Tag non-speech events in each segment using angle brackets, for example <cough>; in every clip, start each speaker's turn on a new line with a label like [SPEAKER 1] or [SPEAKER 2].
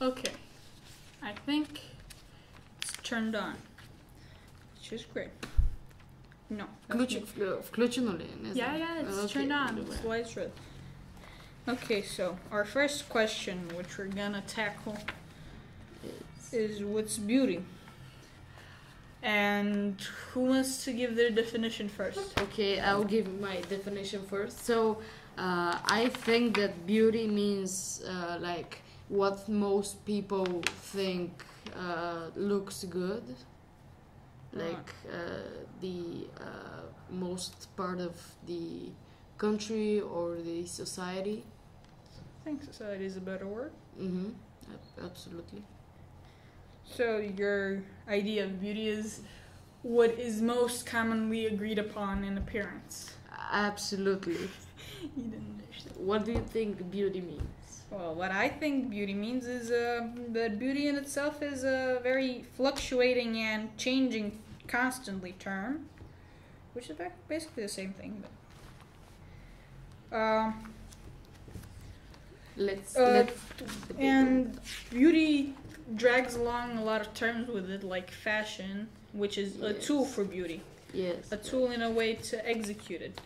[SPEAKER 1] Okay, I think it's turned on, which is great. No. that's
[SPEAKER 2] Включи,
[SPEAKER 1] me.
[SPEAKER 2] вклю- включено ли? Не
[SPEAKER 1] Yeah,
[SPEAKER 2] знам.
[SPEAKER 1] yeah, it's
[SPEAKER 2] Окей,
[SPEAKER 1] turned on.
[SPEAKER 2] добре.
[SPEAKER 1] That's why it's red. Okay, so our first question, which we're gonna tackle, is what's beauty? And who wants to give their definition first?
[SPEAKER 2] Okay, I'll give my definition first. So, uh, I think that beauty means uh, like what most people think uh, looks good, like uh, the uh, most part of the country or the society.
[SPEAKER 1] I think society is a better word.
[SPEAKER 2] Mm-hmm. Absolutely.
[SPEAKER 1] So your idea of beauty is what is most commonly agreed upon in appearance.
[SPEAKER 2] Absolutely.
[SPEAKER 1] You didn't understand.
[SPEAKER 2] What do you think beauty means?
[SPEAKER 1] Well, what I think beauty means is uh, that beauty in itself is a very fluctuating and changing constantly term, which is ba- basically the same thing. But, um,
[SPEAKER 2] Let's
[SPEAKER 1] Uh,
[SPEAKER 2] let
[SPEAKER 1] and beauty drags along a lot of terms with it, like fashion, which is a tool
[SPEAKER 2] Yes.
[SPEAKER 1] for beauty,
[SPEAKER 2] yes.
[SPEAKER 1] a tool in a way to execute it.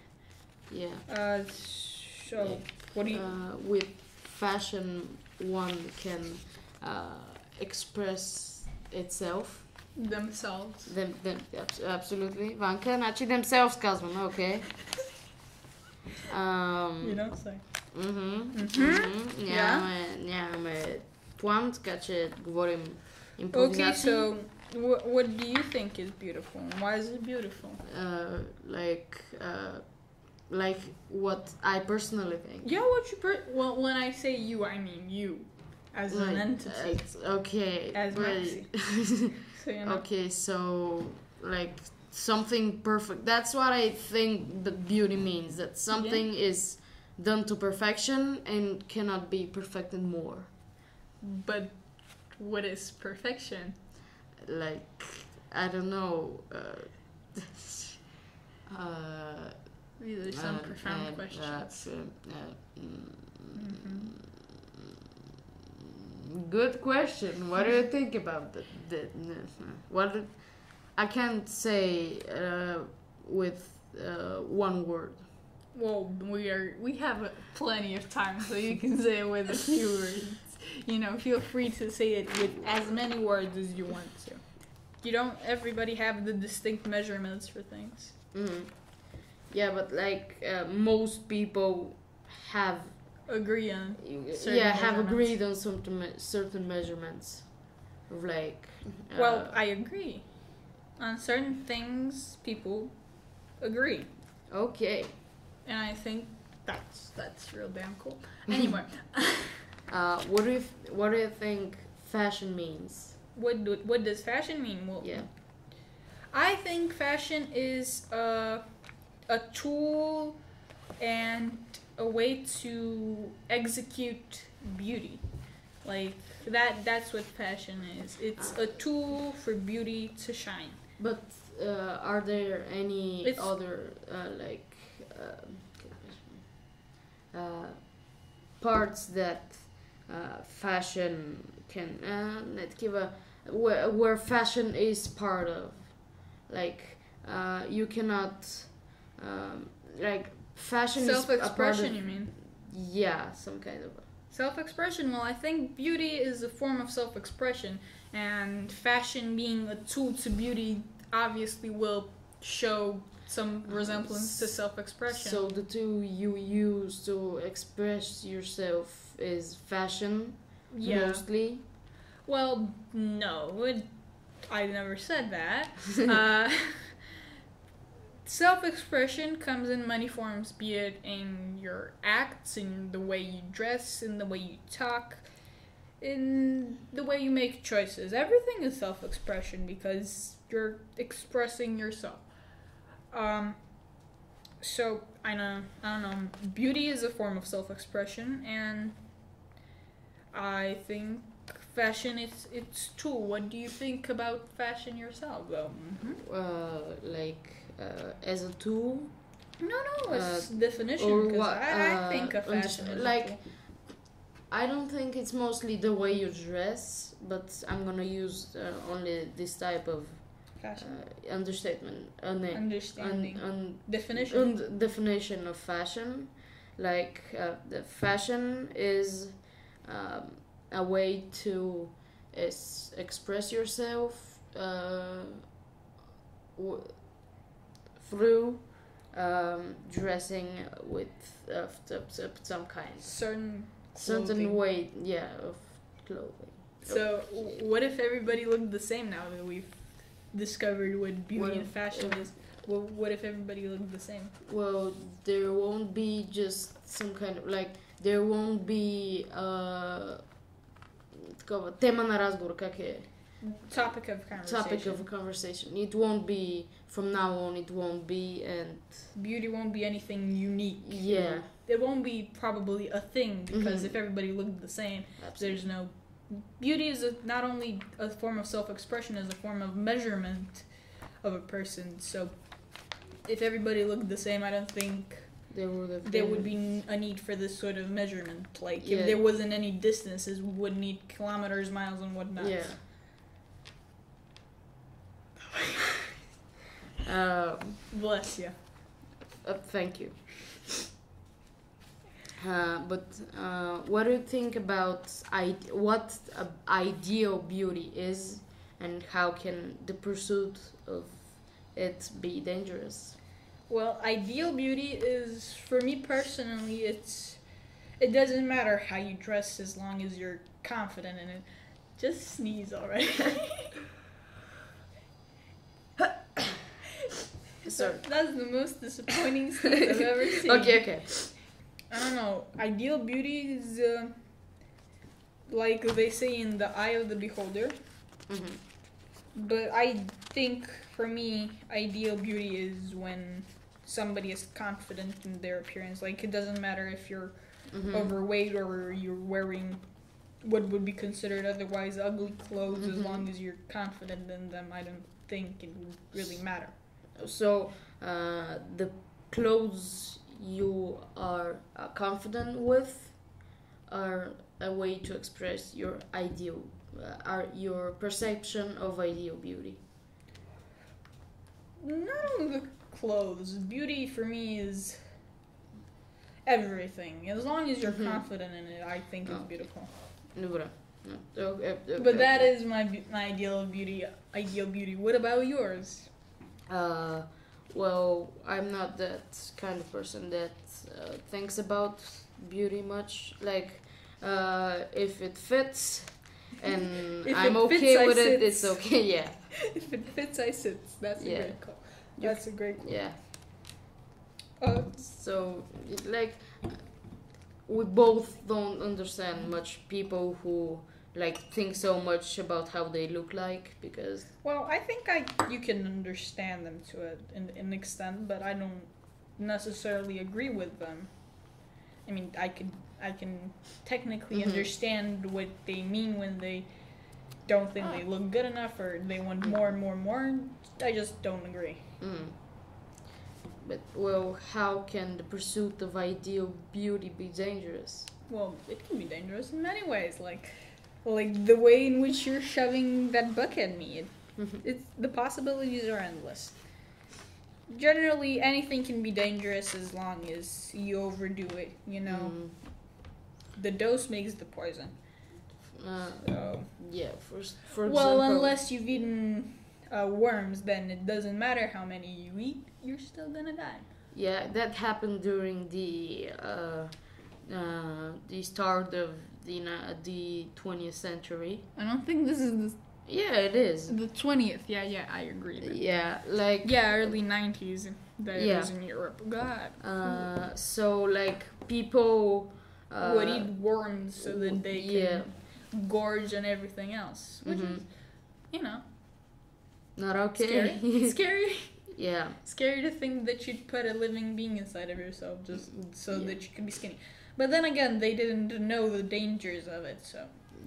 [SPEAKER 2] Yeah.
[SPEAKER 1] Uh, so, what do you?
[SPEAKER 2] uh, with fashion one can uh, express itself
[SPEAKER 1] themselves.
[SPEAKER 2] them, them, abs- absolutely one can actually themselves казвам
[SPEAKER 1] <laughs>
[SPEAKER 2] okay um, mm-hmm,
[SPEAKER 1] You know, it's like
[SPEAKER 2] мгм,
[SPEAKER 1] Мгм,
[SPEAKER 2] мгм,
[SPEAKER 1] yeah.
[SPEAKER 2] нямаме, нямаме план така че говорим
[SPEAKER 1] Okay,
[SPEAKER 2] импровизации
[SPEAKER 1] so wh- what do you think is beautiful and why is it beautiful?
[SPEAKER 2] uh, like uh, like what I personally think
[SPEAKER 1] Yeah, what you per- well, when I say you, I mean you as an
[SPEAKER 2] Like,
[SPEAKER 1] entity.
[SPEAKER 2] it's- okay
[SPEAKER 1] As
[SPEAKER 2] wait. <laughs>
[SPEAKER 1] so you know,
[SPEAKER 2] Okay, so like something perfect. That's what I think the beauty means. That something is done to perfection and cannot be perfected more.
[SPEAKER 1] but what is perfection?
[SPEAKER 2] Like I don't know. Uh, uh,
[SPEAKER 1] These are some
[SPEAKER 2] uh,
[SPEAKER 1] profound
[SPEAKER 2] uh,
[SPEAKER 1] questions.
[SPEAKER 2] uh, uh, mm,
[SPEAKER 1] Mhm.
[SPEAKER 2] Good question. What do you think about that? that- What do- I can't say uh, with uh, one word.
[SPEAKER 1] Well, we are we have uh, plenty of time, so you can say it with a few
[SPEAKER 2] <laughs>
[SPEAKER 1] words. You know, feel free to say it with as many words as you want to. You don't. Everybody have the distinct measurements for things.
[SPEAKER 2] Mm. Yeah, but like uh, most people have
[SPEAKER 1] Agree on Certain
[SPEAKER 2] yeah have
[SPEAKER 1] measurements.
[SPEAKER 2] agreed on certain me- certain measurements of like uh,
[SPEAKER 1] Well, I agree. On certain things, people agree,
[SPEAKER 2] okay
[SPEAKER 1] and I think that's that's real damn
[SPEAKER 2] <laughs>
[SPEAKER 1] cool. Anyway,
[SPEAKER 2] uh, what do you th- what do you think fashion means
[SPEAKER 1] what do, what does fashion mean? Well,
[SPEAKER 2] yeah
[SPEAKER 1] I think fashion is a a tool and a way to execute beauty. Like that that's what fashion is. It's a tool for beauty to shine.
[SPEAKER 2] but uh, are there any
[SPEAKER 1] It's-
[SPEAKER 2] other uh, like um, uh, parts that uh, fashion can uh, let give a where, where fashion is part of like uh, you cannot um, like fashion is a part of-
[SPEAKER 1] Self-expression, you mean?
[SPEAKER 2] yeah some kind of
[SPEAKER 1] Self expression? Well, I think beauty is a form of self expression, and fashion being a tool to beauty obviously will show some resemblance to self expression.
[SPEAKER 2] So the tool you use to express yourself is fashion
[SPEAKER 1] yeah.
[SPEAKER 2] mostly.
[SPEAKER 1] Well, no, it, I never said that. uh, self expression comes in many forms, be it in your acts, in the way you dress, in the way you talk, in the way you make choices. Everything is self expression because you're expressing yourself. Um, so I know I don't know. Beauty is a form of self expression, and I think fashion is it's tool. What do you think about fashion yourself, though?
[SPEAKER 2] uh, like uh, as a tool
[SPEAKER 1] No, no, it's
[SPEAKER 2] Uh,
[SPEAKER 1] definition.
[SPEAKER 2] or
[SPEAKER 1] Because
[SPEAKER 2] what,
[SPEAKER 1] I, I
[SPEAKER 2] uh,
[SPEAKER 1] think of
[SPEAKER 2] underst-
[SPEAKER 1] fashion as a
[SPEAKER 2] like,
[SPEAKER 1] tool.
[SPEAKER 2] I don't think it's mostly the way you dress, but I'm gonna use uh, only this type of uh,
[SPEAKER 1] Fashion.
[SPEAKER 2] understatement, uh, na-
[SPEAKER 1] Understanding.
[SPEAKER 2] un- un-
[SPEAKER 1] Definition.
[SPEAKER 2] und Um, definition of fashion like uh, the fashion is um, a way to es- express yourself uh, w- through um, dressing with uh, t- t- some kind
[SPEAKER 1] Certain.
[SPEAKER 2] certain
[SPEAKER 1] Clothing.
[SPEAKER 2] way yeah of clothing
[SPEAKER 1] So, w- what if everybody looked the same now that we've discovered what beauty
[SPEAKER 2] What
[SPEAKER 1] and
[SPEAKER 2] if-
[SPEAKER 1] fashion is? Well, what if everybody looked the same?
[SPEAKER 2] well there won't be just some kind of like there won't be uh, такова тема на разговор как е
[SPEAKER 1] Topic of conversation.
[SPEAKER 2] topic of conversation it won't be from now on it won't be and
[SPEAKER 1] Beauty won't be anything unique.
[SPEAKER 2] yeah
[SPEAKER 1] It won't be probably a thing because
[SPEAKER 2] Mhm.
[SPEAKER 1] if everybody looked the same,
[SPEAKER 2] absolutely.
[SPEAKER 1] there's no. Beauty is a, not only a form of self expression, is a form of measurement of a person. So, if everybody looked the same, I don't think
[SPEAKER 2] there would have
[SPEAKER 1] there
[SPEAKER 2] been-
[SPEAKER 1] would be n- a need for this sort of measurement. Like
[SPEAKER 2] Yeah.
[SPEAKER 1] if there wasn't any distances, we would need kilometers, miles, and whatnot.
[SPEAKER 2] yeah um,
[SPEAKER 1] Bless you.
[SPEAKER 2] Uh, thank you. Uh, but uh, what do you think about I- what uh, ideal beauty is, and how can the pursuit of it be dangerous?
[SPEAKER 1] Well, ideal beauty is for me personally. It's it doesn't matter how you dress as long as you're confident in it. Just sneeze already. <laughs>
[SPEAKER 2] Sorry.
[SPEAKER 1] That's the most disappointing sneeze I've ever seen.
[SPEAKER 2] Okay, okay.
[SPEAKER 1] I don't know. Ideal beauty is uh, like they say in the eye of the beholder. Mm-hmm.
[SPEAKER 2] Mhm.
[SPEAKER 1] But I think for me, ideal beauty is when somebody is confident in their appearance. Like it doesn't matter if you're
[SPEAKER 2] Mhm.
[SPEAKER 1] overweight or you're wearing what would be considered otherwise ugly clothes, as
[SPEAKER 2] Mhm.
[SPEAKER 1] long as you're confident in them. I don't think it would really matter.
[SPEAKER 2] So uh, the clothes you are uh, confident with are a way to express your ideal, uh, are your perception of ideal beauty.
[SPEAKER 1] Not only the clothes. Beauty for me is everything. As long as you're
[SPEAKER 2] Mhm.
[SPEAKER 1] confident in it, I think it's
[SPEAKER 2] Oh.
[SPEAKER 1] beautiful.
[SPEAKER 2] Добре. No. Okay, okay,
[SPEAKER 1] But that
[SPEAKER 2] okay.
[SPEAKER 1] is my bu- my ideal beauty. Ideal beauty. What about yours? <laughs>
[SPEAKER 2] Uh, well, I'm not that kind of person that uh, thinks about beauty much. Like, uh, if it fits and
[SPEAKER 1] <laughs> If
[SPEAKER 2] I'm
[SPEAKER 1] it
[SPEAKER 2] okay
[SPEAKER 1] fits, I
[SPEAKER 2] with it,
[SPEAKER 1] sits.
[SPEAKER 2] it's okay. <laughs> Yeah,
[SPEAKER 1] If it fits, I sits. That's
[SPEAKER 2] Yeah.
[SPEAKER 1] a great call.
[SPEAKER 2] You
[SPEAKER 1] That's a great call.
[SPEAKER 2] yeah.
[SPEAKER 1] Uh,
[SPEAKER 2] So, it, like, we both don't understand much people who like think so much about how they look like because
[SPEAKER 1] well, I think I you can understand them to a, an, an extent, but I don't necessarily agree with them. I mean, I can I can technically
[SPEAKER 2] Mhm.
[SPEAKER 1] understand what they mean when they don't think they look good enough or they want more and more and more. I just don't agree.
[SPEAKER 2] Mm. But well, how can the pursuit of ideal beauty be dangerous?
[SPEAKER 1] Well, it can be dangerous in many ways, like like the way in which you're shoving that book at me. It it's the possibilities are endless. Generally, anything can be dangerous as long as you overdo it. You know,
[SPEAKER 2] Mm.
[SPEAKER 1] the dose makes the poison.
[SPEAKER 2] Uh,
[SPEAKER 1] So,
[SPEAKER 2] yeah. For s- for
[SPEAKER 1] well,
[SPEAKER 2] example,
[SPEAKER 1] unless you've eaten uh, worms, then it doesn't matter how many you eat, you're still gonna die.
[SPEAKER 2] yeah, that happened during the uh, uh, the start of the ni- the twentieth century.
[SPEAKER 1] I don't think this is
[SPEAKER 2] Yeah, it is.
[SPEAKER 1] the twentieth. Yeah, yeah, I agree.
[SPEAKER 2] Yeah, like
[SPEAKER 1] yeah, early nineties. That
[SPEAKER 2] Yeah.
[SPEAKER 1] was in Europe. God,
[SPEAKER 2] Uh, so like people. Uh,
[SPEAKER 1] would eat worms so that they can
[SPEAKER 2] yeah.
[SPEAKER 1] gorge and everything else, which is,
[SPEAKER 2] Mhm.
[SPEAKER 1] you know,
[SPEAKER 2] Not okay.
[SPEAKER 1] scary.
[SPEAKER 2] <laughs>
[SPEAKER 1] scary.
[SPEAKER 2] yeah.
[SPEAKER 1] Scary to think that you'd put a living being inside of yourself just so
[SPEAKER 2] Yeah.
[SPEAKER 1] that you could be skinny. But then again, they didn't know the dangers of it, so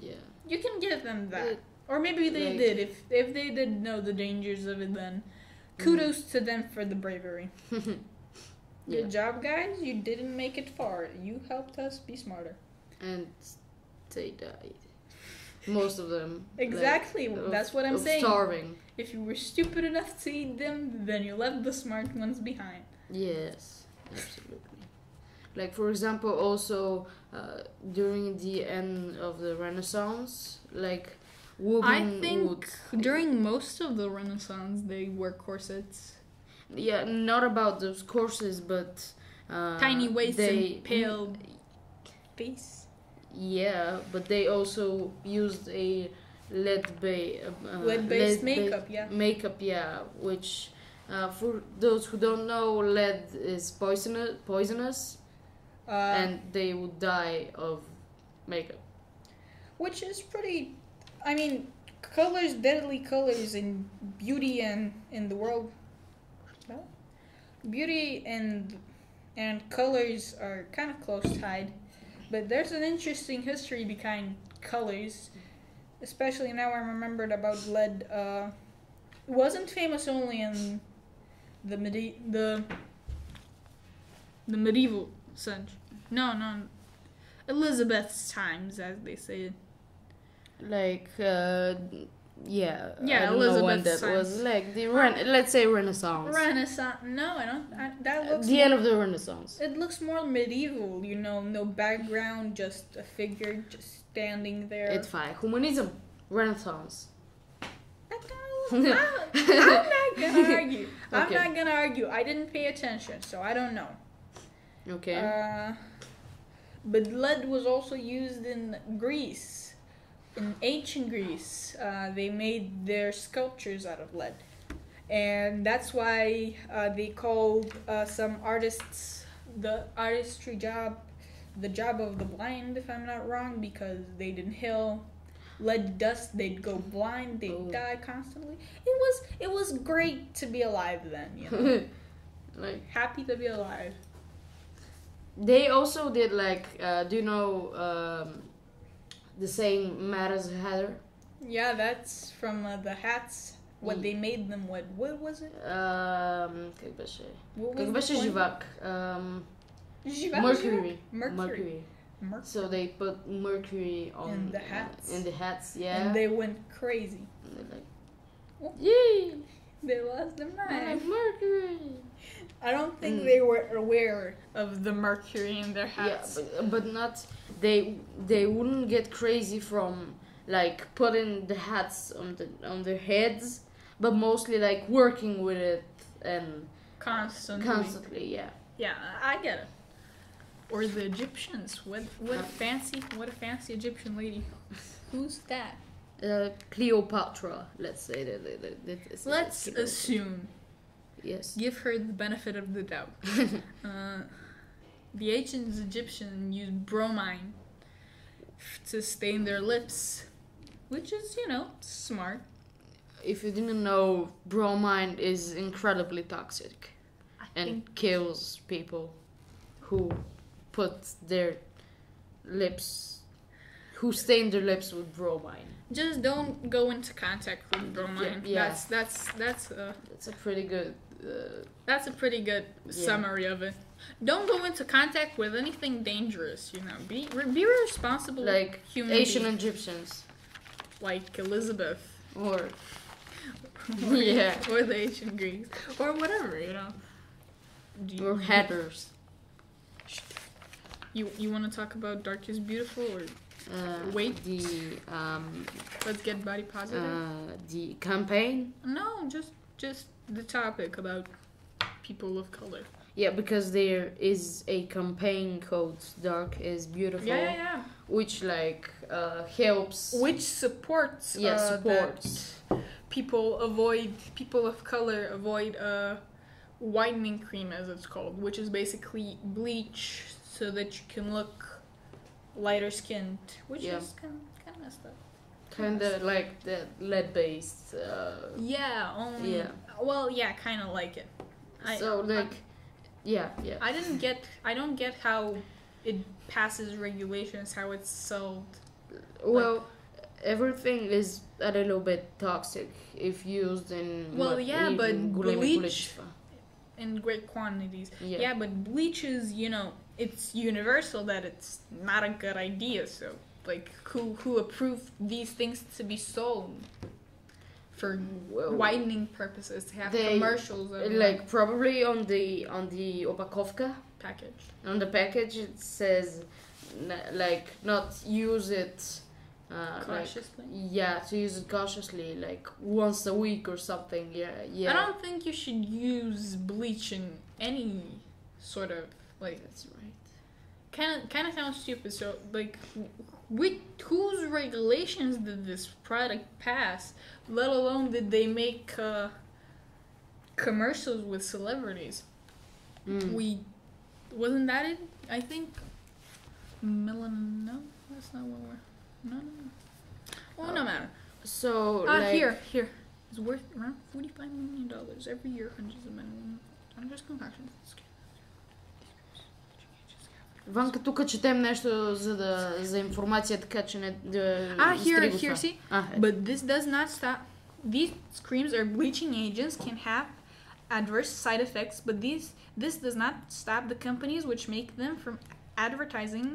[SPEAKER 2] Yeah.
[SPEAKER 1] you can give them that.
[SPEAKER 2] It-
[SPEAKER 1] or maybe they
[SPEAKER 2] like-
[SPEAKER 1] did. If if they did know the dangers of it, then
[SPEAKER 2] Mm-hmm.
[SPEAKER 1] kudos to them for the bravery.
[SPEAKER 2] yeah.
[SPEAKER 1] Good job, guys. You didn't make it far. You helped us be smarter.
[SPEAKER 2] <laughs> and they died. Most of them. like,
[SPEAKER 1] Exactly.
[SPEAKER 2] of-
[SPEAKER 1] That's what I'm
[SPEAKER 2] of
[SPEAKER 1] saying.
[SPEAKER 2] Starving.
[SPEAKER 1] If you were stupid enough to eat them, then you left the smart ones behind.
[SPEAKER 2] Yes, absolutely. Like for example, also uh, during the end of the Renaissance, like women
[SPEAKER 1] I think
[SPEAKER 2] would
[SPEAKER 1] during most of the Renaissance, they wore corsets.
[SPEAKER 2] yeah, not about those courses, but uh,
[SPEAKER 1] Tiny waists
[SPEAKER 2] they-
[SPEAKER 1] and pale face.
[SPEAKER 2] Yeah, but they also used a lead ba- uh,
[SPEAKER 1] Lead-based
[SPEAKER 2] lead-based
[SPEAKER 1] makeup, yeah.
[SPEAKER 2] Makeup, yeah, which uh, for those who don't know, lead is poisonous, poisonous,
[SPEAKER 1] Uh,
[SPEAKER 2] and they would die of makeup.
[SPEAKER 1] which is pretty. I mean, colors, deadly colors, and beauty and in the world. No? Beauty and and colors are kind of close tied, but there's an interesting history behind colors, especially now I remembered about lead. Uh, it wasn't famous only in the medi- the the medieval century. No, no, Elizabeth's times, as they say.
[SPEAKER 2] Like, uh,
[SPEAKER 1] Yeah,
[SPEAKER 2] yeah, I don't know when that
[SPEAKER 1] Elizabeth's
[SPEAKER 2] was.
[SPEAKER 1] times.
[SPEAKER 2] Like the ren- let's say Renaissance, Uh,
[SPEAKER 1] Renaissance. No, I don't. I, that looks.
[SPEAKER 2] the end of the Renaissance.
[SPEAKER 1] it looks more medieval, you know. No background, just a figure just standing there.
[SPEAKER 2] It's fine. Humanism, Renaissance.
[SPEAKER 1] I
[SPEAKER 2] <laughs>
[SPEAKER 1] don't, I, I'm not gonna argue. I'm
[SPEAKER 2] Okay.
[SPEAKER 1] not gonna argue. I didn't pay attention, so I don't know.
[SPEAKER 2] Okay.
[SPEAKER 1] Uh, but lead was also used in Greece. In ancient Greece, uh, they made their sculptures out of lead. And that's why uh, they called uh, some artists the artistry job the job of the blind, if I'm not wrong, because they'd inhale lead dust, they'd go blind, they'd
[SPEAKER 2] Oh.
[SPEAKER 1] die constantly. It was it was great to be alive then, you know.
[SPEAKER 2] <laughs> like
[SPEAKER 1] Happy to be alive.
[SPEAKER 2] they also did like uh, do you know um, the saying matters heather
[SPEAKER 1] Yeah, that's from uh, the hats. What
[SPEAKER 2] Mm.
[SPEAKER 1] they made them with. What was it?
[SPEAKER 2] um, как бы ще-
[SPEAKER 1] What was
[SPEAKER 2] как бы ще
[SPEAKER 1] the one?
[SPEAKER 2] живак, um,
[SPEAKER 1] Живак,
[SPEAKER 2] mercury
[SPEAKER 1] Mercury.
[SPEAKER 2] mercury
[SPEAKER 1] Mercury.
[SPEAKER 2] so they put mercury on
[SPEAKER 1] In the hats.
[SPEAKER 2] in the hats yeah
[SPEAKER 1] And they went crazy.
[SPEAKER 2] And they're like
[SPEAKER 1] Oh.
[SPEAKER 2] yay
[SPEAKER 1] They lost their
[SPEAKER 2] I
[SPEAKER 1] mind.
[SPEAKER 2] like mercury
[SPEAKER 1] I don't think
[SPEAKER 2] Mm.
[SPEAKER 1] they were aware of the mercury in their
[SPEAKER 2] yeah
[SPEAKER 1] hats.
[SPEAKER 2] but, but not they they wouldn't get crazy from like putting the hats on the on their heads but mostly like working with it and
[SPEAKER 1] Constantly.
[SPEAKER 2] constantly yeah
[SPEAKER 1] Yeah, I get it. Or the Egyptians. What what a fancy what a fancy Egyptian
[SPEAKER 2] <laughs>
[SPEAKER 1] lady. Who's that?
[SPEAKER 2] uh, Cleopatra, let's say that, that, that, that is-
[SPEAKER 1] Let's
[SPEAKER 2] Cleopatra.
[SPEAKER 1] assume.
[SPEAKER 2] yes.
[SPEAKER 1] Give her the benefit of the
[SPEAKER 2] <laughs>
[SPEAKER 1] doubt. Uh, the ancient Egyptians used bromine f- to stain their lips, which is, you know, smart.
[SPEAKER 2] If you didn't know, bromine is incredibly toxic
[SPEAKER 1] I
[SPEAKER 2] and
[SPEAKER 1] think
[SPEAKER 2] kills people who put their lips, who stain their lips with bromine.
[SPEAKER 1] just don't go into contact with bromine.
[SPEAKER 2] Yeah, yeah.
[SPEAKER 1] That's that's that's a
[SPEAKER 2] That's a pretty good. Uh,
[SPEAKER 1] that's a pretty good
[SPEAKER 2] Yeah.
[SPEAKER 1] summary of it. Don't go into contact with anything dangerous. You know, be re- be a responsible
[SPEAKER 2] like
[SPEAKER 1] human
[SPEAKER 2] Asian
[SPEAKER 1] being,
[SPEAKER 2] Egyptians
[SPEAKER 1] like Elizabeth
[SPEAKER 2] or <laughs> yeah
[SPEAKER 1] or the ancient Greeks or whatever. You know. Do you-
[SPEAKER 2] or hatters.
[SPEAKER 1] You you want to talk about Dark is Beautiful or
[SPEAKER 2] Uh,
[SPEAKER 1] Wait.
[SPEAKER 2] the um,
[SPEAKER 1] Let's Get Body Positive?
[SPEAKER 2] uh, the campaign
[SPEAKER 1] no, just just the topic about people of color.
[SPEAKER 2] Yeah, because there is a campaign called "Dark is Beautiful,"
[SPEAKER 1] Yeah, yeah, yeah.
[SPEAKER 2] which like uh, helps.
[SPEAKER 1] Which supports
[SPEAKER 2] yeah,
[SPEAKER 1] uh,
[SPEAKER 2] supports.
[SPEAKER 1] that people avoid people of color avoid uh whitening cream as it's called, which is basically bleach so that you can look lighter skinned, which
[SPEAKER 2] Yeah.
[SPEAKER 1] is kind kind of messed up.
[SPEAKER 2] Kind of like the lead-based. Uh,
[SPEAKER 1] Yeah, only
[SPEAKER 2] Yeah.
[SPEAKER 1] well, yeah, kind of like it. I-
[SPEAKER 2] so
[SPEAKER 1] I-
[SPEAKER 2] like, yeah, yeah.
[SPEAKER 1] I didn't get. I don't get how it passes regulations. How it's sold.
[SPEAKER 2] well, everything is a little bit toxic if used in.
[SPEAKER 1] Well,
[SPEAKER 2] what
[SPEAKER 1] yeah,
[SPEAKER 2] we-
[SPEAKER 1] but
[SPEAKER 2] in Gulemi
[SPEAKER 1] bleach-
[SPEAKER 2] Kulishva.
[SPEAKER 1] in great quantities.
[SPEAKER 2] Yeah.
[SPEAKER 1] but bleach is you know it's universal that it's not a good idea. So like who who approved these things to be sold for
[SPEAKER 2] Well,
[SPEAKER 1] widening purposes to have
[SPEAKER 2] They-
[SPEAKER 1] commercials of
[SPEAKER 2] Like probably on the on the opakovka
[SPEAKER 1] package.
[SPEAKER 2] on the package it says n- like not use it. Uh, like,
[SPEAKER 1] Cautiously.
[SPEAKER 2] yeah, to use it cautiously, like once a week or something. Yeah, yeah.
[SPEAKER 1] I don't think you should use bleach in any sort of like
[SPEAKER 2] That's right.
[SPEAKER 1] kind of kind of sounds stupid. So like, wh- which whose regulations did this product pass? Let alone did they make uh, commercials with celebrities?
[SPEAKER 2] Hmm. Mm.
[SPEAKER 1] We wasn't that it? I think Milan. No, that's not what we're. No, no. no. Well, no matter.
[SPEAKER 2] So
[SPEAKER 1] Ah,
[SPEAKER 2] like,
[SPEAKER 1] here, here. It's worth around forty-five million dollars every year. Hundreds of men and women. I'm just compassion.
[SPEAKER 2] Ванка, тук четем нещо за, да, за информация, така че не да
[SPEAKER 1] Ah, here,
[SPEAKER 2] изтригва
[SPEAKER 1] here.
[SPEAKER 2] това.
[SPEAKER 1] See,
[SPEAKER 2] А, е.
[SPEAKER 1] but this does not stop. These creams or bleaching agents can have adverse side effects, but these this does not stop the companies which make them from advertising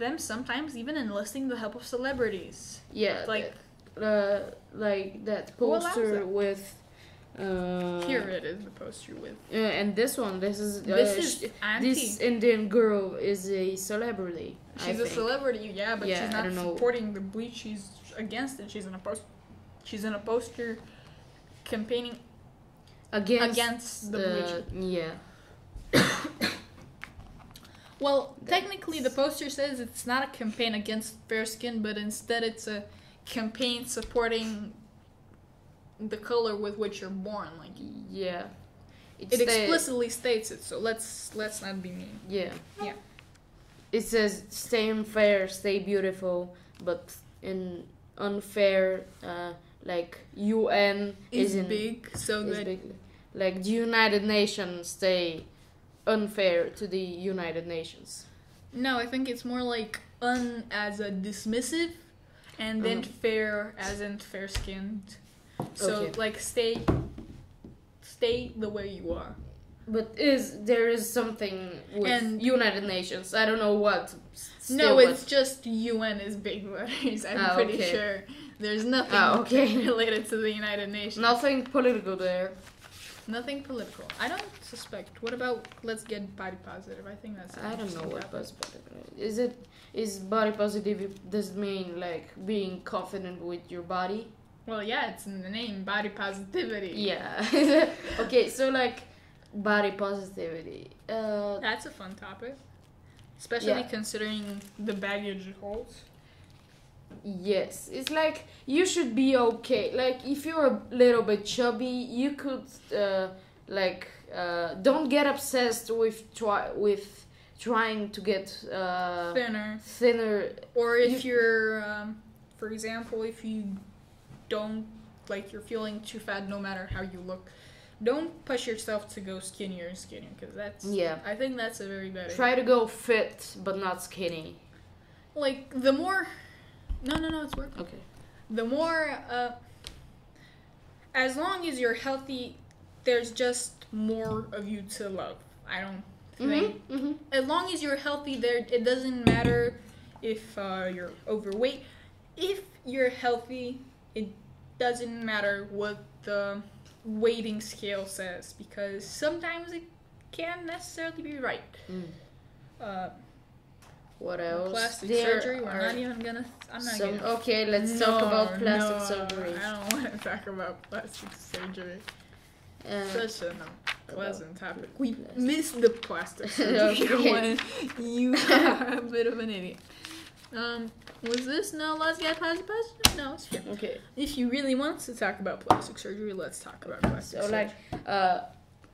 [SPEAKER 1] them. Sometimes even enlisting the help of celebrities.
[SPEAKER 2] yeah,
[SPEAKER 1] Like-
[SPEAKER 2] uh, like that
[SPEAKER 1] Who allows
[SPEAKER 2] poster
[SPEAKER 1] that?
[SPEAKER 2] with uh,
[SPEAKER 1] Here it is, the poster with.
[SPEAKER 2] uh, and this one, this is uh,
[SPEAKER 1] This
[SPEAKER 2] sh-
[SPEAKER 1] is anti.
[SPEAKER 2] this Indian girl is a celebrity. I
[SPEAKER 1] She's a
[SPEAKER 2] think.
[SPEAKER 1] celebrity, yeah, but
[SPEAKER 2] Yeah,
[SPEAKER 1] she's
[SPEAKER 2] I
[SPEAKER 1] not
[SPEAKER 2] don't know.
[SPEAKER 1] supporting the bleach. She's against it. She's in a post. She's in a poster campaigning
[SPEAKER 2] against,
[SPEAKER 1] against the
[SPEAKER 2] uh,
[SPEAKER 1] bleach.
[SPEAKER 2] yeah.
[SPEAKER 1] Well, technically, the poster says it's not a campaign against fair skin, but instead it's a campaign supporting the color with which you're born. Like
[SPEAKER 2] Yeah. It's
[SPEAKER 1] it explicitly states it. So let's let's not be mean.
[SPEAKER 2] Yeah.
[SPEAKER 1] Yeah.
[SPEAKER 2] It says stay unfair, stay beautiful, but in unfair, uh, like UN
[SPEAKER 1] It's
[SPEAKER 2] is in
[SPEAKER 1] big, so
[SPEAKER 2] is
[SPEAKER 1] that
[SPEAKER 2] big. Like the United Nations stay unfair to the United Nations.
[SPEAKER 1] No, I think it's more like un as a dismissive, and then
[SPEAKER 2] Mm.
[SPEAKER 1] fair as in fair skinned. So
[SPEAKER 2] Okay.
[SPEAKER 1] like stay, stay the way you are.
[SPEAKER 2] But is there is something with
[SPEAKER 1] And-
[SPEAKER 2] United Nations? I don't know what. s-
[SPEAKER 1] no,
[SPEAKER 2] still
[SPEAKER 1] it's just UN is big letters. I'm
[SPEAKER 2] Ah,
[SPEAKER 1] pretty
[SPEAKER 2] okay.
[SPEAKER 1] sure there's nothing
[SPEAKER 2] Ah, okay.
[SPEAKER 1] <laughs> related to the United
[SPEAKER 2] what-
[SPEAKER 1] Nations.
[SPEAKER 2] nothing political there.
[SPEAKER 1] Nothing political. I don't suspect. What about let's get body positive? I think that's.
[SPEAKER 2] I don't know
[SPEAKER 1] interesting
[SPEAKER 2] what
[SPEAKER 1] topic.
[SPEAKER 2] body positive is. Is it is body positive? Does it mean like being confident with your body?
[SPEAKER 1] Well, yeah, it's in the name, body positivity. <laughs>
[SPEAKER 2] Yeah. <laughs> okay, so like body positivity. Uh,
[SPEAKER 1] That's a fun topic. Especially
[SPEAKER 2] Yeah.
[SPEAKER 1] considering the baggage it holds.
[SPEAKER 2] yes, it's like you should be okay. Like if you're a little bit chubby, you could uh, like uh, don't get obsessed with try with trying to get uh,
[SPEAKER 1] Thinner.
[SPEAKER 2] thinner.
[SPEAKER 1] Or if you're, um, for example, if you don't, like, you're feeling too fat no matter how you look, don't push yourself to go skinnier and skinnier because that's.
[SPEAKER 2] Yeah.
[SPEAKER 1] I think that's a very bad idea.
[SPEAKER 2] Try to go fit but not skinny.
[SPEAKER 1] Like, the more. No, no, no, it's working.
[SPEAKER 2] Okay.
[SPEAKER 1] the more uh, as long as you're healthy there's just more of you to love i don't think
[SPEAKER 2] Mhm. Mhm.
[SPEAKER 1] as long as you're healthy there it doesn't matter if uh, you're overweight if you're healthy it doesn't matter what the weighting scale says because sometimes it can't necessarily be right
[SPEAKER 2] Mm.
[SPEAKER 1] uh,
[SPEAKER 2] What else?
[SPEAKER 1] plastic
[SPEAKER 2] There
[SPEAKER 1] surgery we're
[SPEAKER 2] are
[SPEAKER 1] not even gonna i'm not
[SPEAKER 2] some-
[SPEAKER 1] gonna
[SPEAKER 2] okay, let's talk
[SPEAKER 1] No,
[SPEAKER 2] about plastic
[SPEAKER 1] no,
[SPEAKER 2] surgery.
[SPEAKER 1] I don't want to talk about plastic surgery.
[SPEAKER 2] Uh,
[SPEAKER 1] Such an unpleasant topic. We
[SPEAKER 2] plastic.
[SPEAKER 1] missed the plastic surgery <laughs>
[SPEAKER 2] <laughs> Okay.
[SPEAKER 1] one.
[SPEAKER 2] <laughs>
[SPEAKER 1] You are a bit of an idiot. Um, was this no? Let's get plastic surgery. No, it's here.
[SPEAKER 2] okay.
[SPEAKER 1] If you really want to talk about plastic surgery, let's talk about plastic
[SPEAKER 2] So
[SPEAKER 1] surgery.
[SPEAKER 2] like, uh,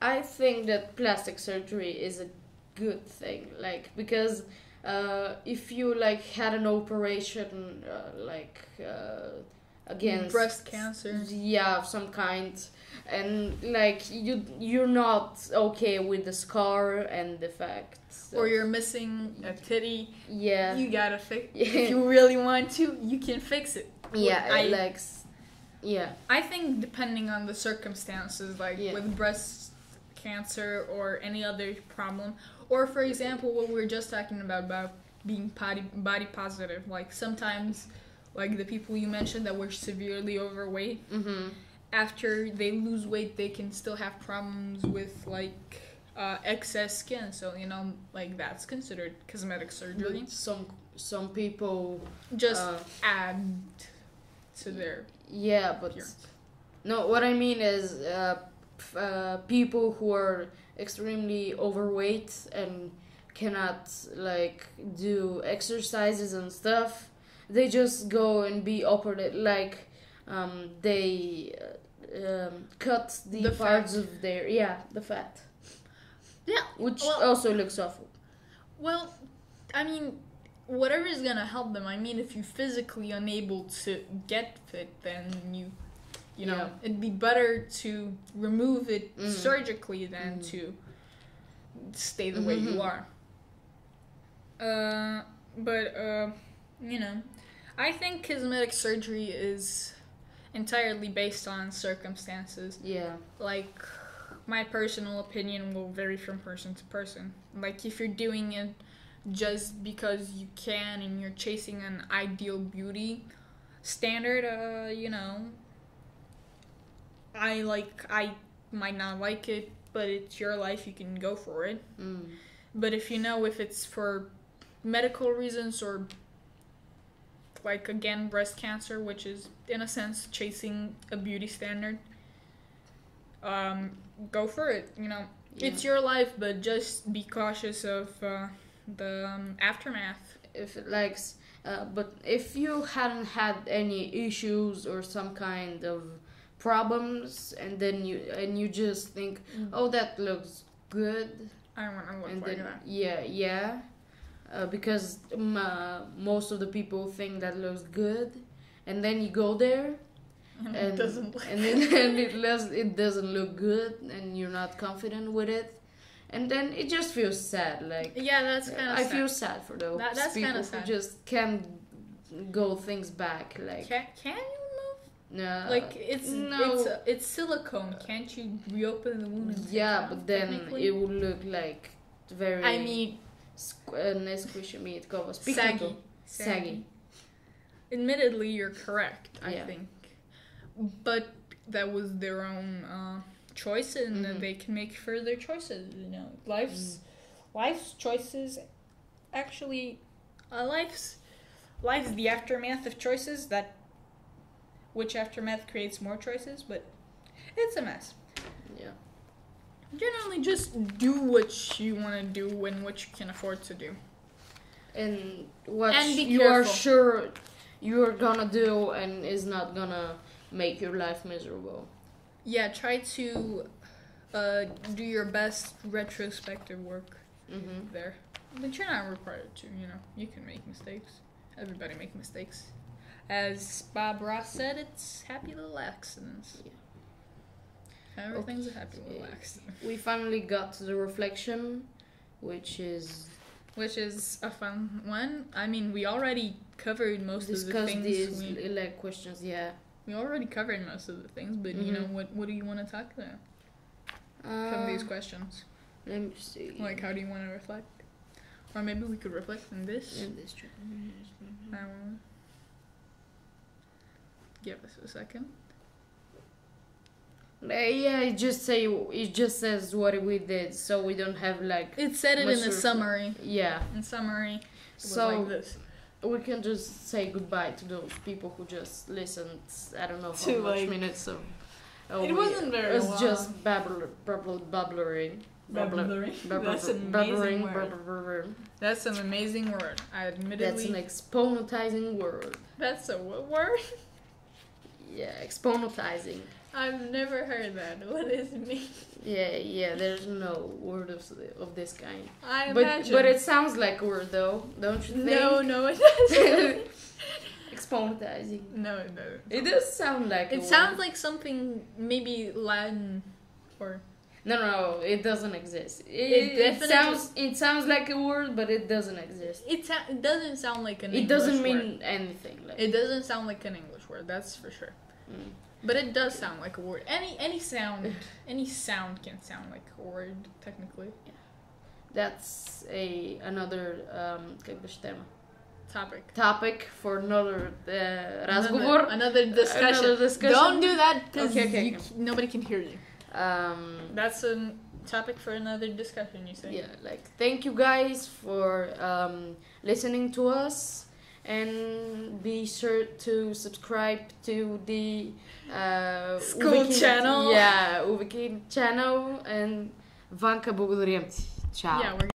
[SPEAKER 2] I think that plastic surgery is a good thing, like because uh, if you like had an operation, uh, like uh, against
[SPEAKER 1] breast cancer.
[SPEAKER 2] yeah, of some kind, and like you you're not okay with the scar and the fact,
[SPEAKER 1] Or you're missing a titty,
[SPEAKER 2] yeah
[SPEAKER 1] you gotta fix.
[SPEAKER 2] <laughs> Yeah.
[SPEAKER 1] If you really want to, you can fix it. I-
[SPEAKER 2] yeah I, like s- yeah
[SPEAKER 1] I think depending on the circumstances, like
[SPEAKER 2] Yeah.
[SPEAKER 1] with breast cancer or any other problem, or for example, what we were just talking about about being body body positive. Like sometimes, like the people you mentioned that were severely overweight,
[SPEAKER 2] Mm-hmm.
[SPEAKER 1] after they lose weight, they can still have problems with like uh, excess skin. So you know, like that's considered cosmetic surgery.
[SPEAKER 2] Some some people
[SPEAKER 1] Mm-hmm. Just
[SPEAKER 2] uh,
[SPEAKER 1] add to their
[SPEAKER 2] Yeah, but
[SPEAKER 1] appearance.
[SPEAKER 2] no. What I mean is, uh, f- uh, people who are extremely overweight and cannot like do exercises and stuff, they just go and be operated. Like, um, they uh, um, cut the,
[SPEAKER 1] The fat.
[SPEAKER 2] parts of their yeah the fat.
[SPEAKER 1] Yeah,
[SPEAKER 2] which
[SPEAKER 1] well-
[SPEAKER 2] also looks awful.
[SPEAKER 1] Well, I mean, whatever is gonna help them. I mean, if you're physically unable to get fit, then you, you know,
[SPEAKER 2] Yeah.
[SPEAKER 1] it'd be better to remove it
[SPEAKER 2] Mm.
[SPEAKER 1] surgically than
[SPEAKER 2] Mm.
[SPEAKER 1] to stay the way you
[SPEAKER 2] Mhm.
[SPEAKER 1] are. Uh, but uh, you know, I think cosmetic surgery is entirely based on circumstances
[SPEAKER 2] Yeah.
[SPEAKER 1] like my personal opinion will vary from person to person like if you're doing it just because you can and you're chasing an ideal beauty standard uh you know i like i might not like it but it's your life you can go for it
[SPEAKER 2] Mm.
[SPEAKER 1] but if you know if it's for medical reasons or like again breast cancer, which is in a sense chasing a beauty standard, um, go for it. You know,
[SPEAKER 2] Yeah.
[SPEAKER 1] it's your life, but just be cautious of uh, the um, aftermath.
[SPEAKER 2] if it likes uh, but if you hadn't had any issues or some kind of problems and then you and you just think oh that looks good
[SPEAKER 1] I don't want to
[SPEAKER 2] and
[SPEAKER 1] look like
[SPEAKER 2] then
[SPEAKER 1] that.
[SPEAKER 2] yeah yeah uh, because um, uh, most of the people think that looks good and then you go
[SPEAKER 1] <laughs>
[SPEAKER 2] there
[SPEAKER 1] And
[SPEAKER 2] and
[SPEAKER 1] it doesn't look.
[SPEAKER 2] and, it, <laughs> and it, less, it doesn't look good and you're not confident with it and then it just feels sad like
[SPEAKER 1] <laughs> yeah, that's
[SPEAKER 2] yeah,
[SPEAKER 1] kind of.
[SPEAKER 2] I feel sad for those
[SPEAKER 1] That- that's
[SPEAKER 2] people
[SPEAKER 1] kinda
[SPEAKER 2] who
[SPEAKER 1] sad.
[SPEAKER 2] just can't go things back. Like
[SPEAKER 1] Can, can you
[SPEAKER 2] no,
[SPEAKER 1] move? Like it's
[SPEAKER 2] no.
[SPEAKER 1] it's it's silicone. Can't you reopen the wound? and take
[SPEAKER 2] yeah,
[SPEAKER 1] it out
[SPEAKER 2] but then
[SPEAKER 1] technically?
[SPEAKER 2] it would look like very.
[SPEAKER 1] I mean,
[SPEAKER 2] squ- uh, не squishy it covers.
[SPEAKER 1] saggy.
[SPEAKER 2] Saggy.
[SPEAKER 1] Admittedly, you're correct, I
[SPEAKER 2] Yeah.
[SPEAKER 1] think. But that was their own uh, choice, and that
[SPEAKER 2] Mhm.
[SPEAKER 1] they can make further choices. You know, life's life's choices. Actually, uh, life's life's the aftermath of choices that, which aftermath creates more choices, but it's a mess.
[SPEAKER 2] Yeah.
[SPEAKER 1] Generally, just do what you want to do and what you can afford to do.
[SPEAKER 2] And what
[SPEAKER 1] And be
[SPEAKER 2] you are
[SPEAKER 1] careful.
[SPEAKER 2] sure you're gonna do and is not gonna make your life miserable.
[SPEAKER 1] Yeah, try to uh, do your best retrospective work.
[SPEAKER 2] Mm-hmm.
[SPEAKER 1] there. But you're not required to, you know. You can make mistakes. Everybody make mistakes. As Bob Ross said, it's happy little accidents. Everything's a happy little
[SPEAKER 2] Okay.
[SPEAKER 1] accident.
[SPEAKER 2] We finally got to the reflection, which is
[SPEAKER 1] Which is a fun one. I mean, we already covered most of the
[SPEAKER 2] discuss
[SPEAKER 1] things.
[SPEAKER 2] these
[SPEAKER 1] We,
[SPEAKER 2] like questions. Yeah.
[SPEAKER 1] we already covered most of the things, but you
[SPEAKER 2] Mhm.
[SPEAKER 1] know, what what do you want to talk about from
[SPEAKER 2] Uh,
[SPEAKER 1] these questions?
[SPEAKER 2] Let me see.
[SPEAKER 1] Like, how do you want to reflect? Or maybe we could reflect on this.
[SPEAKER 2] In this chapter. Mm-hmm.
[SPEAKER 1] Um, give us a second.
[SPEAKER 2] Like, Uh, yeah, it just say it just says what we did, so we don't have like
[SPEAKER 1] It said it
[SPEAKER 2] Much
[SPEAKER 1] in the
[SPEAKER 2] sort of-
[SPEAKER 1] summary.
[SPEAKER 2] yeah.
[SPEAKER 1] In summary, it was
[SPEAKER 2] So
[SPEAKER 1] like this.
[SPEAKER 2] we can just say goodbye to those people who just listened. I don't know how
[SPEAKER 1] To,
[SPEAKER 2] much
[SPEAKER 1] like-
[SPEAKER 2] minutes of.
[SPEAKER 1] It wasn't very
[SPEAKER 2] It's
[SPEAKER 1] long.
[SPEAKER 2] just babble, babble, babbling, babbler,
[SPEAKER 1] That's an amazing
[SPEAKER 2] babbling,
[SPEAKER 1] word.
[SPEAKER 2] babbling.
[SPEAKER 1] That's an amazing word. I
[SPEAKER 2] That's
[SPEAKER 1] admittedly,
[SPEAKER 2] an exponentizing word.
[SPEAKER 1] that's a what word?
[SPEAKER 2] Yeah, exponentizing.
[SPEAKER 1] I've never heard that. <laughs> What is it mean?
[SPEAKER 2] Yeah, yeah. There's no word of of this kind.
[SPEAKER 1] I
[SPEAKER 2] But,
[SPEAKER 1] imagine.
[SPEAKER 2] but it sounds like a word though, don't you think?
[SPEAKER 1] no, no, it doesn't.
[SPEAKER 2] <laughs> Exponentizing.
[SPEAKER 1] no, it doesn't.
[SPEAKER 2] It does sound like. a
[SPEAKER 1] It
[SPEAKER 2] word.
[SPEAKER 1] sounds like something maybe Latin or
[SPEAKER 2] No, no, it doesn't exist. It,
[SPEAKER 1] It
[SPEAKER 2] it
[SPEAKER 1] definitely-
[SPEAKER 2] sounds. It sounds like a word, but it doesn't exist.
[SPEAKER 1] it. sa- It doesn't sound like an.
[SPEAKER 2] It doesn't
[SPEAKER 1] English
[SPEAKER 2] mean
[SPEAKER 1] word.
[SPEAKER 2] anything. Like.
[SPEAKER 1] It doesn't sound like an English word. That's for sure.
[SPEAKER 2] Mm.
[SPEAKER 1] But it does sound like a
[SPEAKER 2] <laughs>
[SPEAKER 1] word. Any any sound, any sound can sound like a word technically.
[SPEAKER 2] that's a another um, как бы ж тема
[SPEAKER 1] Topic.
[SPEAKER 2] topic for another uh,
[SPEAKER 1] Another,
[SPEAKER 2] разговор.
[SPEAKER 1] another discussion.
[SPEAKER 2] Another discussion.
[SPEAKER 1] Don't do that because
[SPEAKER 2] Okay, okay, okay.
[SPEAKER 1] nobody can hear you.
[SPEAKER 2] Um,
[SPEAKER 1] That's a topic for another discussion. You say.
[SPEAKER 2] yeah, like thank you guys for um, listening to us, and be sure to subscribe to the uh,
[SPEAKER 1] School
[SPEAKER 2] Uvikin-
[SPEAKER 1] channel.
[SPEAKER 2] Yeah, Uvikin channel and Vanka благодарим ти. Чао.
[SPEAKER 1] Yeah, we're